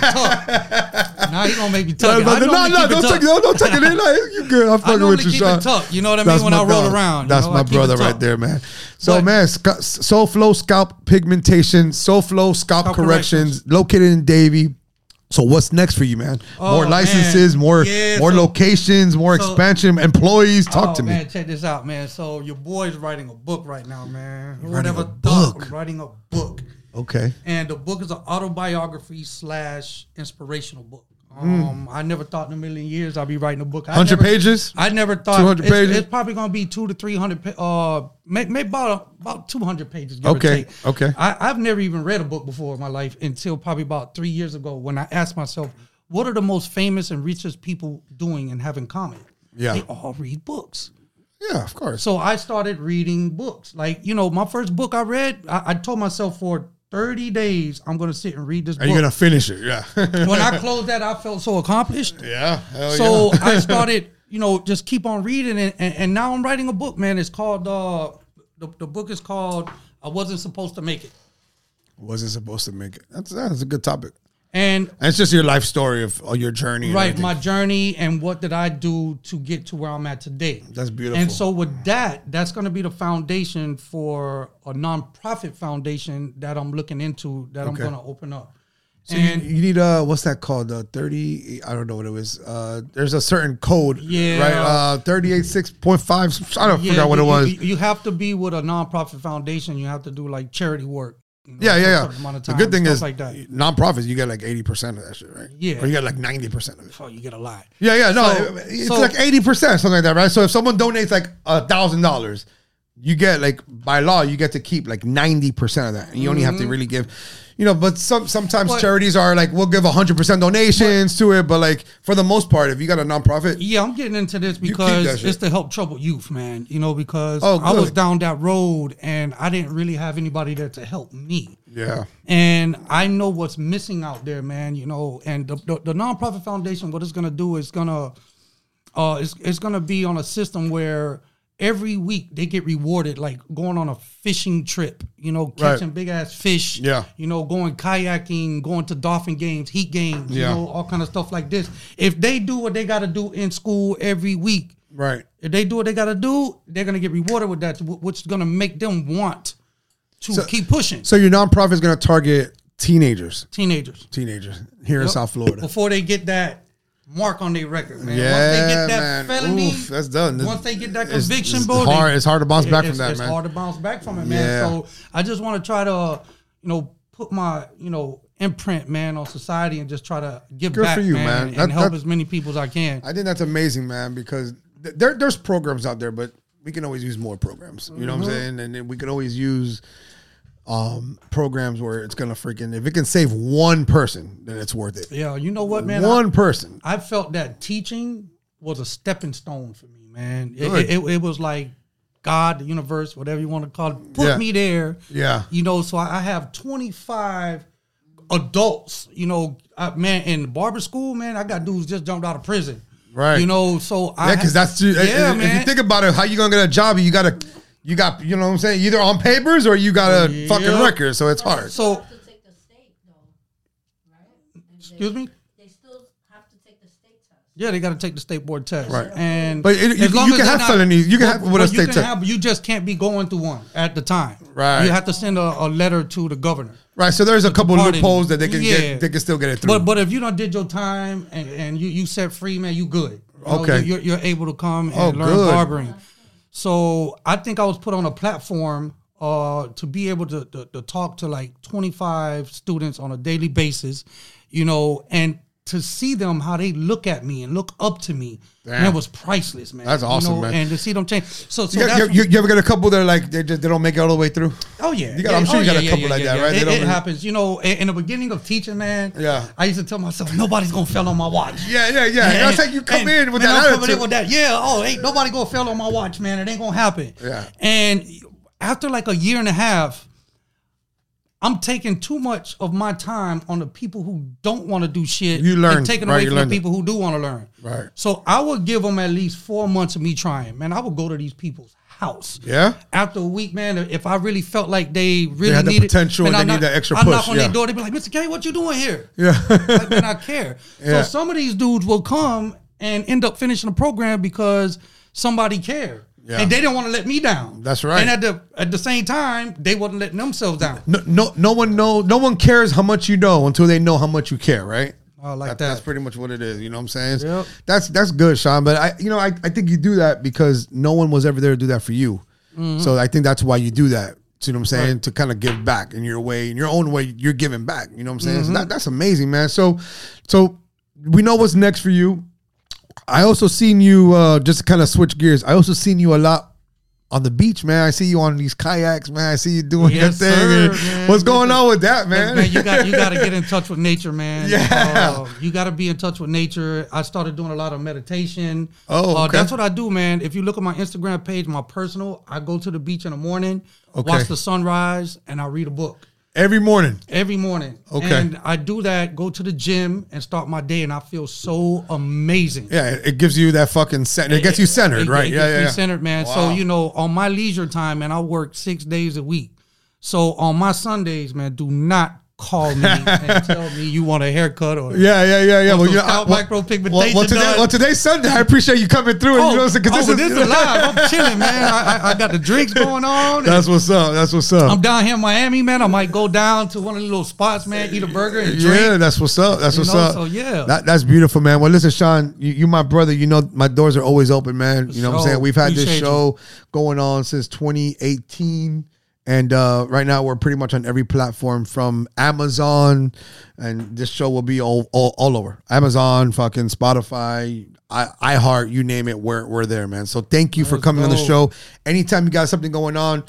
Speaker 2: tucked. now you gonna make me tuck
Speaker 1: No,
Speaker 2: it. I
Speaker 1: no, no,
Speaker 2: normally
Speaker 1: no,
Speaker 2: keep it
Speaker 1: don't
Speaker 2: tucked.
Speaker 1: take, no, don't take it in. Like, you good? I'm
Speaker 2: I
Speaker 1: fucking
Speaker 2: normally
Speaker 1: with you,
Speaker 2: keep
Speaker 1: Sean.
Speaker 2: it tucked. You know what I mean?
Speaker 1: That's
Speaker 2: when
Speaker 1: my
Speaker 2: I roll
Speaker 1: dog.
Speaker 2: around. you
Speaker 1: That's
Speaker 2: know, I
Speaker 1: my
Speaker 2: keep it
Speaker 1: brother right
Speaker 2: tucked.
Speaker 1: there, man. So,
Speaker 2: But-
Speaker 1: man, Sc- Soul Flow Scalp Pigmentation, Soul Flow Scalp
Speaker 2: Scalp
Speaker 1: Corrections, located in Davie. So what's next for you, man? more
Speaker 2: Oh,
Speaker 1: licenses,
Speaker 2: man.
Speaker 1: more
Speaker 2: Yeah,
Speaker 1: more
Speaker 2: so-
Speaker 1: locations, more
Speaker 2: so-
Speaker 1: expansion, employees. Talk
Speaker 2: oh,
Speaker 1: to me.
Speaker 2: man, check this out, man. So your boy's writing a book right now, man.
Speaker 1: writing
Speaker 2: Whatever
Speaker 1: a
Speaker 2: thought,
Speaker 1: book.
Speaker 2: I'm writing a book,
Speaker 1: Okay.
Speaker 2: and the book is an autobiography slash inspirational book.
Speaker 1: Hmm.
Speaker 2: Um, I never thought in a million years I'd be writing a book. I
Speaker 1: 100
Speaker 2: never-
Speaker 1: pages?
Speaker 2: I never thought
Speaker 1: 200
Speaker 2: it's-
Speaker 1: pages?
Speaker 2: It's, probably gonna be two to three hundred. Uh, maybe may about about two hundred pages. Give
Speaker 1: Okay,
Speaker 2: Or take.
Speaker 1: okay.
Speaker 2: I, I've never even read a book before in my life until probably about three years ago when I asked myself, "What are the most famous and richest people doing and have in common?"
Speaker 1: Yeah.
Speaker 2: they all read books.
Speaker 1: Yeah, of course.
Speaker 2: So I started reading books. Like you know, my first book I read, I, I told myself for thirty days I'm gonna sit and read this
Speaker 1: Are
Speaker 2: book.
Speaker 1: you gonna finish it? Yeah.
Speaker 2: when I closed that, I felt so accomplished.
Speaker 1: yeah. hell
Speaker 2: So
Speaker 1: yeah.
Speaker 2: I started, you know, just keep on reading it, and, and now I'm writing a book, man. It's called uh, the the book is called "I Wasn't Supposed to Make It,"
Speaker 1: wasn't supposed to make it. That's that's a good topic.
Speaker 2: and
Speaker 1: And it's just your life story of of your journey. and
Speaker 2: right
Speaker 1: everything.
Speaker 2: my journey and what did I do to get to where I'm at today.
Speaker 1: That's beautiful.
Speaker 2: And so with that, that's going to be the foundation for a nonprofit foundation that I'm looking into that I'm
Speaker 1: Okay.
Speaker 2: going to open up.
Speaker 1: So you-
Speaker 2: and
Speaker 1: you, need uh what's that called? Uh, thirty I don't know what it was. Uh there's a certain code.
Speaker 2: Yeah.
Speaker 1: Right? Uh thirty eight six point five I don't forgot what
Speaker 2: you,
Speaker 1: it was.
Speaker 2: You, you have to be with a nonprofit foundation. You have to do like charity work. you know,
Speaker 1: yeah,
Speaker 2: for a
Speaker 1: yeah,
Speaker 2: certain
Speaker 1: yeah.
Speaker 2: amount of
Speaker 1: The
Speaker 2: time,
Speaker 1: good thing
Speaker 2: stuff
Speaker 1: is
Speaker 2: like that.
Speaker 1: nonprofits, you get like eighty percent of that shit, right?
Speaker 2: Yeah.
Speaker 1: Or you get like ninety percent of it.
Speaker 2: Oh, you get a lot.
Speaker 1: Yeah, yeah, no,
Speaker 2: So-
Speaker 1: it- it's
Speaker 2: so-
Speaker 1: like eighty percent, something like that, right? So if someone donates like a thousand dollars, you get like by law, you get to keep like ninety percent of that, and you only have to really give, you know. But some sometimes
Speaker 2: Mm-hmm. But-
Speaker 1: charities are like, we'll give hundred percent donations to it, but like for the most part, if you got a nonprofit,
Speaker 2: Yeah, I'm getting into this
Speaker 1: keep that
Speaker 2: because
Speaker 1: shit.
Speaker 2: it's to help troubled youth, man. You know, because
Speaker 1: Oh,
Speaker 2: I was
Speaker 1: good.
Speaker 2: down that road and I didn't really have anybody there to help me.
Speaker 1: yeah,
Speaker 2: And I know what's missing out there, man. You know, and the, the, the nonprofit foundation, what it's gonna do is gonna, uh, it's, it's gonna be on a system where every week they get rewarded, like going on a fishing trip. You know,
Speaker 1: Right.
Speaker 2: catching big ass fish.
Speaker 1: Yeah.
Speaker 2: You know, going kayaking, going to dolphin games, heat games.
Speaker 1: Yeah.
Speaker 2: You know, all kind of stuff like this. If they do what they gotta do in school every week,
Speaker 1: right.
Speaker 2: if they do what they gotta do, they're gonna get rewarded with that, wh- which is gonna make them want to keep pushing.
Speaker 1: So your nonprofit is gonna target teenagers,
Speaker 2: Teenagers.
Speaker 1: teenagers here in
Speaker 2: Yep.
Speaker 1: South Florida.
Speaker 2: before they get that mark on their record, man.
Speaker 1: Yeah,
Speaker 2: once they get
Speaker 1: man.
Speaker 2: that felony,
Speaker 1: Oof, that's done.
Speaker 2: Once they get that
Speaker 1: It's-
Speaker 2: conviction,
Speaker 1: it's
Speaker 2: bro,
Speaker 1: hard-
Speaker 2: they-
Speaker 1: it's hard to bounce back
Speaker 2: it's-
Speaker 1: from that,
Speaker 2: It's
Speaker 1: man.
Speaker 2: hard to bounce back from it,
Speaker 1: Yeah.
Speaker 2: man. So I just want to try to, you know, put my you know imprint, man, on society and just try to give
Speaker 1: Good
Speaker 2: back,
Speaker 1: for you,
Speaker 2: man,
Speaker 1: man.
Speaker 2: and
Speaker 1: That-
Speaker 2: help
Speaker 1: that-
Speaker 2: as many people as I can.
Speaker 1: I think that's amazing, man, because th- there, there's programs out there, but we can always use more programs. You know what I'm
Speaker 2: Mm-hmm.
Speaker 1: saying? And then we can always use um, programs where it's gonna freaking if it can save one person, then it's worth it.
Speaker 2: yeah, you know what, man? I-
Speaker 1: one person.
Speaker 2: I felt that teaching was a stepping stone for me, man. It,
Speaker 1: Good.
Speaker 2: it, it, was like God, the universe, whatever you want to call it, put
Speaker 1: Yeah.
Speaker 2: me there.
Speaker 1: Yeah.
Speaker 2: You know, so I I have 25 adults, you know, I, man, in barber school, man, I got dudes just jumped out of prison.
Speaker 1: Right.
Speaker 2: You know, so I.
Speaker 1: Yeah, because that's too, if, if you think about it, how you gonna get a job? You gotta, you got, you know what I'm saying? Either on papers or you got a fucking
Speaker 2: Yep.
Speaker 1: record, so it's hard.
Speaker 2: so,
Speaker 3: to take the state though, right? And they,
Speaker 2: excuse me?
Speaker 3: they still have to take the state test.
Speaker 2: Yeah, they got to take the state board test.
Speaker 1: Right.
Speaker 2: And
Speaker 1: But it- you-
Speaker 2: as long
Speaker 1: you
Speaker 2: as
Speaker 1: can
Speaker 2: they're
Speaker 1: have
Speaker 2: not-
Speaker 1: felonies. You can have- with a
Speaker 2: but you
Speaker 1: state
Speaker 2: can
Speaker 1: test.
Speaker 2: have- you just can't be going through one at the time.
Speaker 1: Right.
Speaker 2: You have to send a, a letter to the governor.
Speaker 1: Right, so there's a couple
Speaker 2: Pardon.
Speaker 1: loopholes that they can
Speaker 2: Yeah.
Speaker 1: get, they can still get it through.
Speaker 2: But but if you don't did your time and, and you you set free, man, you good. You know,
Speaker 1: Okay.
Speaker 2: you- you're, you're able to come and
Speaker 1: Oh,
Speaker 2: learn
Speaker 1: good.
Speaker 2: barbering. So I think I was put on a platform uh, to be able to, to to talk to like 25 students on a daily basis, you know, and to see them how they look at me and look up to me,
Speaker 1: Damn.
Speaker 2: that was priceless, man.
Speaker 1: That's
Speaker 2: You
Speaker 1: awesome,
Speaker 2: know,
Speaker 1: man.
Speaker 2: And to see them change, so so
Speaker 1: you,
Speaker 2: that's
Speaker 1: you, you- you ever get a couple that are like they just they don't make it all the way through?
Speaker 2: Oh yeah,
Speaker 1: You got- I'm
Speaker 2: Yeah.
Speaker 1: sure you
Speaker 2: Oh,
Speaker 1: got a couple like that, right? They
Speaker 2: It,
Speaker 1: don't
Speaker 2: it
Speaker 1: really-
Speaker 2: happens, you know. In, in the beginning of teaching, man,
Speaker 1: Yeah.
Speaker 2: I used to tell myself nobody's gonna fail on my watch.
Speaker 1: Yeah, yeah, yeah.
Speaker 2: And-
Speaker 1: That's like you come
Speaker 2: and-
Speaker 1: in with
Speaker 2: and
Speaker 1: that
Speaker 2: I'm coming
Speaker 1: attitude.
Speaker 2: in with that. Yeah. Oh, ain't nobody gonna fail on my watch, man. It ain't gonna happen.
Speaker 1: Yeah.
Speaker 2: And after like a year and a half, I'm taking too much of my time on the people who don't want to do shit.
Speaker 1: You learned,
Speaker 2: and taking
Speaker 1: right,
Speaker 2: away
Speaker 1: you
Speaker 2: from the
Speaker 1: learned it.
Speaker 2: people who do want to learn.
Speaker 1: Right.
Speaker 2: So I would give them at least four months of me trying. Man, I would go to these people's house
Speaker 1: Yeah?
Speaker 2: after a week, man, if I really felt like they really
Speaker 1: had the
Speaker 2: needed
Speaker 1: potential
Speaker 2: man,
Speaker 1: and they
Speaker 2: I knock-
Speaker 1: need that extra
Speaker 2: I knock
Speaker 1: push,
Speaker 2: on
Speaker 1: yeah.
Speaker 2: their door, Oh, they be like, "Mr. K, what you doing here?"
Speaker 1: Yeah,
Speaker 2: Like, man, I care.
Speaker 1: Yeah.
Speaker 2: So some of these dudes will come and end up finishing the program because somebody cared.
Speaker 1: Yeah.
Speaker 2: And they didn't want to let me down.
Speaker 1: That's right.
Speaker 2: And at the at the same time, they wasn't letting themselves down.
Speaker 1: no, no, no one know, no one cares how much you know until they know how much you care, right?
Speaker 2: Oh, like
Speaker 1: That's
Speaker 2: that.
Speaker 1: pretty much what it is. You know what I'm saying?
Speaker 2: Yep.
Speaker 1: That's that's good, Sean. But I, you know, I, I think you do that because no one was ever there to do that for you.
Speaker 2: Mm-hmm.
Speaker 1: So I think that's why you do that. You know what I'm saying? To kind of give back in your way, in your own way, you're giving back. You know what I'm saying?
Speaker 2: Mm-hmm.
Speaker 1: So that, that's amazing, man. So, so we know what's next for you. I also seen you uh, just to kind of switch gears. I also seen you a lot on the beach, man. I see you on these kayaks, man. I see you doing
Speaker 2: Yes,
Speaker 1: your thing.
Speaker 2: sir, man.
Speaker 1: What's going on with that, man?
Speaker 2: Man, you got you got to get in touch with nature, man.
Speaker 1: Yeah.
Speaker 2: Uh, you got to be in touch with nature. I started doing a lot of meditation.
Speaker 1: Oh,
Speaker 2: Uh,
Speaker 1: okay.
Speaker 2: that's what I do, man. If you look at my Instagram page, my personal, I go to the beach in the morning,
Speaker 1: Okay.
Speaker 2: watch the sunrise, and I read a book
Speaker 1: Every morning.
Speaker 2: every morning.
Speaker 1: Okay.
Speaker 2: and I do that. Go to the gym and start my day, and I feel so amazing.
Speaker 1: Yeah, it- it gives you that fucking center. It gets you centered,
Speaker 2: It-
Speaker 1: right?
Speaker 2: it
Speaker 1: yeah,
Speaker 2: gets
Speaker 1: yeah,
Speaker 2: me
Speaker 1: yeah.
Speaker 2: centered, man. So you know, on my leisure time, man, I work six days a week. So on my Sundays, man, do not call me and tell me you want a haircut or
Speaker 1: Yeah, yeah, yeah, yeah. Well,
Speaker 2: some
Speaker 1: you know,
Speaker 2: scalp
Speaker 1: well-
Speaker 2: micropigmentation
Speaker 1: well, well, today,
Speaker 2: done.
Speaker 1: well, today's Sunday. I appreciate you coming through. and,
Speaker 2: Oh,
Speaker 1: you know, because
Speaker 2: oh,
Speaker 1: this,
Speaker 2: but this is live. I'm chilling, man. I, I, I got the drinks going on.
Speaker 1: that's what's up. That's what's up.
Speaker 2: I'm down here in Miami, man. I might go down to one of the little spots, man, eat a burger and drink.
Speaker 1: Yeah, that's what's up. That's
Speaker 2: You
Speaker 1: what's
Speaker 2: know,
Speaker 1: up.
Speaker 2: so, yeah.
Speaker 1: that, that's beautiful, man. Well, listen, Sean, you, you my brother. You know my doors are always open, man. You know what I'm
Speaker 2: sure.
Speaker 1: saying. We've had this
Speaker 2: Appreciate
Speaker 1: show going on since 2018, and uh, right now we're pretty much on every platform from Amazon, and this show will be all all, all over Amazon, fucking Spotify. I, iHeart, you name it, we're, we're there, man. So thank you for coming on the show.
Speaker 2: dope.
Speaker 1: Anytime you got something going on,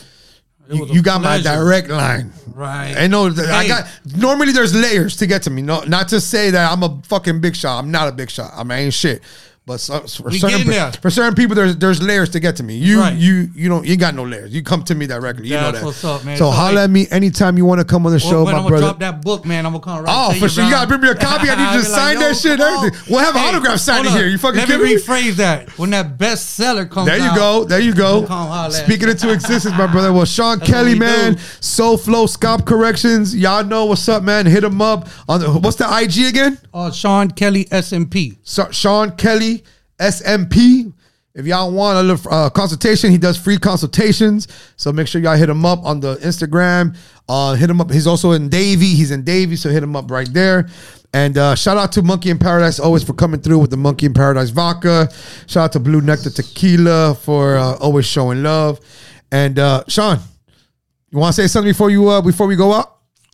Speaker 1: you,
Speaker 2: was a
Speaker 1: you got my
Speaker 2: pleasure.
Speaker 1: direct line.
Speaker 2: Right.
Speaker 1: I know that I
Speaker 2: Hey.
Speaker 1: got normally there's layers to get to me. No, not to say that I'm a fucking big shot. I'm not a big shot. I mean, I ain't shit. But some, for
Speaker 2: We
Speaker 1: certain
Speaker 2: getting
Speaker 1: pe-
Speaker 2: there.
Speaker 1: for certain people, there's there's layers to get to me. You
Speaker 2: Right.
Speaker 1: you you don't you got no layers. You come to me directly. You know
Speaker 2: That's
Speaker 1: that.
Speaker 2: what's up, man.
Speaker 1: So,
Speaker 2: So,
Speaker 1: holla
Speaker 2: hey.
Speaker 1: at me anytime you want to come on the show,
Speaker 2: Well, when
Speaker 1: my
Speaker 2: I'm
Speaker 1: brother.
Speaker 2: gonna drop that book, man, I'm gonna come right.
Speaker 1: Oh,
Speaker 2: to
Speaker 1: for sure. You
Speaker 2: bro.
Speaker 1: gotta bring me a copy. I need you to
Speaker 2: I'll be
Speaker 1: sign that
Speaker 2: "Yo,
Speaker 1: shit and
Speaker 2: come on."
Speaker 1: everything. We'll have an autograph signed
Speaker 2: hold
Speaker 1: here.
Speaker 2: up.
Speaker 1: You fucking
Speaker 2: Let me
Speaker 1: kidding me?
Speaker 2: rephrase that. When that bestseller comes
Speaker 1: There you
Speaker 2: out,
Speaker 1: go. There you go.
Speaker 2: Come holla at
Speaker 1: Speaking into existence, my brother. Well, Sean
Speaker 2: That's what
Speaker 1: Kelly,
Speaker 2: we
Speaker 1: man.
Speaker 2: do.
Speaker 1: Soul Flow Scalp Corrections. Y'all know what's up, man. Hit him up on the, what's the IG again?
Speaker 2: Uh, Sean Kelly SMP.
Speaker 1: So, Sean Kelly SMP. If y'all want a little uh, consultation, he does free consultations. So make sure y'all hit him up on the Instagram. Uh, hit him up. He's also in Davy. He's in Davy, so hit him up right there. And uh, shout out to Monkey in Paradise always for coming through with the Monkey in Paradise vodka. Shout out to Blue Nectar Tequila for uh, always showing love. And uh, Sean, you want to say something before you uh, before we go out?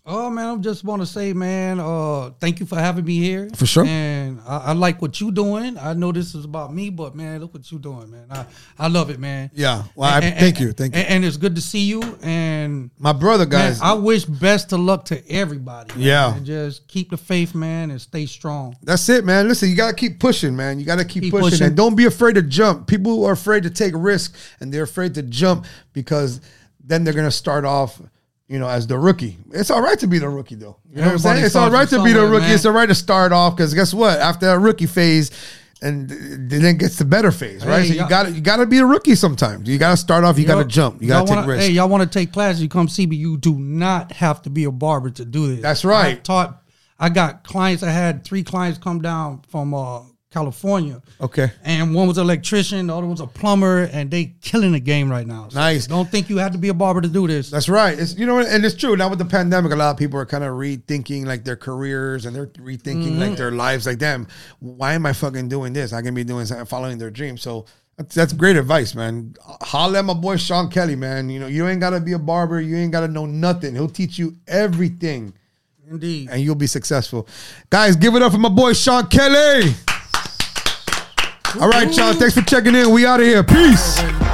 Speaker 2: Oh man, I just want to say, man, uh, thank you for having me here.
Speaker 1: For sure.
Speaker 2: And I, I like what you doing. I know this is about me, but man, look what you doing, man. I, I love it, man.
Speaker 1: Yeah. Well, I,
Speaker 2: And-
Speaker 1: thank
Speaker 2: and-
Speaker 1: you. Thank you.
Speaker 2: and, and it's good to see you. And
Speaker 1: My brother,
Speaker 2: man,
Speaker 1: guys.
Speaker 2: I wish best of luck to everybody. man.
Speaker 1: Yeah.
Speaker 2: And just keep the faith, man, and stay strong.
Speaker 1: That's it, man. Listen, you gotta keep pushing, man. You gotta keep,
Speaker 2: Keep
Speaker 1: pushing,
Speaker 2: pushing.
Speaker 1: and don't be afraid to jump. People are afraid to take risks, and they're afraid to jump because then they're gonna start off, you know, as the rookie. It's all right to be the rookie, though. You know what I'm
Speaker 2: Everybody
Speaker 1: saying? It's all
Speaker 2: starts
Speaker 1: right to
Speaker 2: from
Speaker 1: be the
Speaker 2: somewhere,
Speaker 1: rookie.
Speaker 2: man.
Speaker 1: It's all right to start off because guess what? After that rookie phase, and th- then gets the better phase, right?
Speaker 2: Hey,
Speaker 1: so you
Speaker 2: y'all-
Speaker 1: gotta you gotta be a rookie sometimes. You gotta start off. You gotta
Speaker 2: Y'all-
Speaker 1: jump. You
Speaker 2: y'all
Speaker 1: gotta take
Speaker 2: wanna-
Speaker 1: risks.
Speaker 2: Hey, y'all want to take classes? You come see me. You do not have to be a barber to do this.
Speaker 1: That's right.
Speaker 2: I taught. I got clients. I had three clients come down from uh, California.
Speaker 1: Okay.
Speaker 2: And one was an electrician. The other was a plumber, and they killing the game right now. So
Speaker 1: Nice.
Speaker 2: Don't think you have to be a barber to do this.
Speaker 1: That's right. It's you know, and it's true. Now with the pandemic, a lot of people are kind of rethinking like their careers and they're rethinking like their lives. Like, damn, why am I fucking doing this? I can be doing something, following their dream. So that's, that's great advice, man. Holla at my boy Sean Kelly, man. You know, you ain't gotta be a barber. You ain't gotta know nothing. He'll teach you everything,
Speaker 2: Indeed.
Speaker 1: and you'll be successful. Guys, give it up for my boy Sean Kelly. All right, y'all. Thanks for checking in. We out of here. Peace.
Speaker 2: Hey.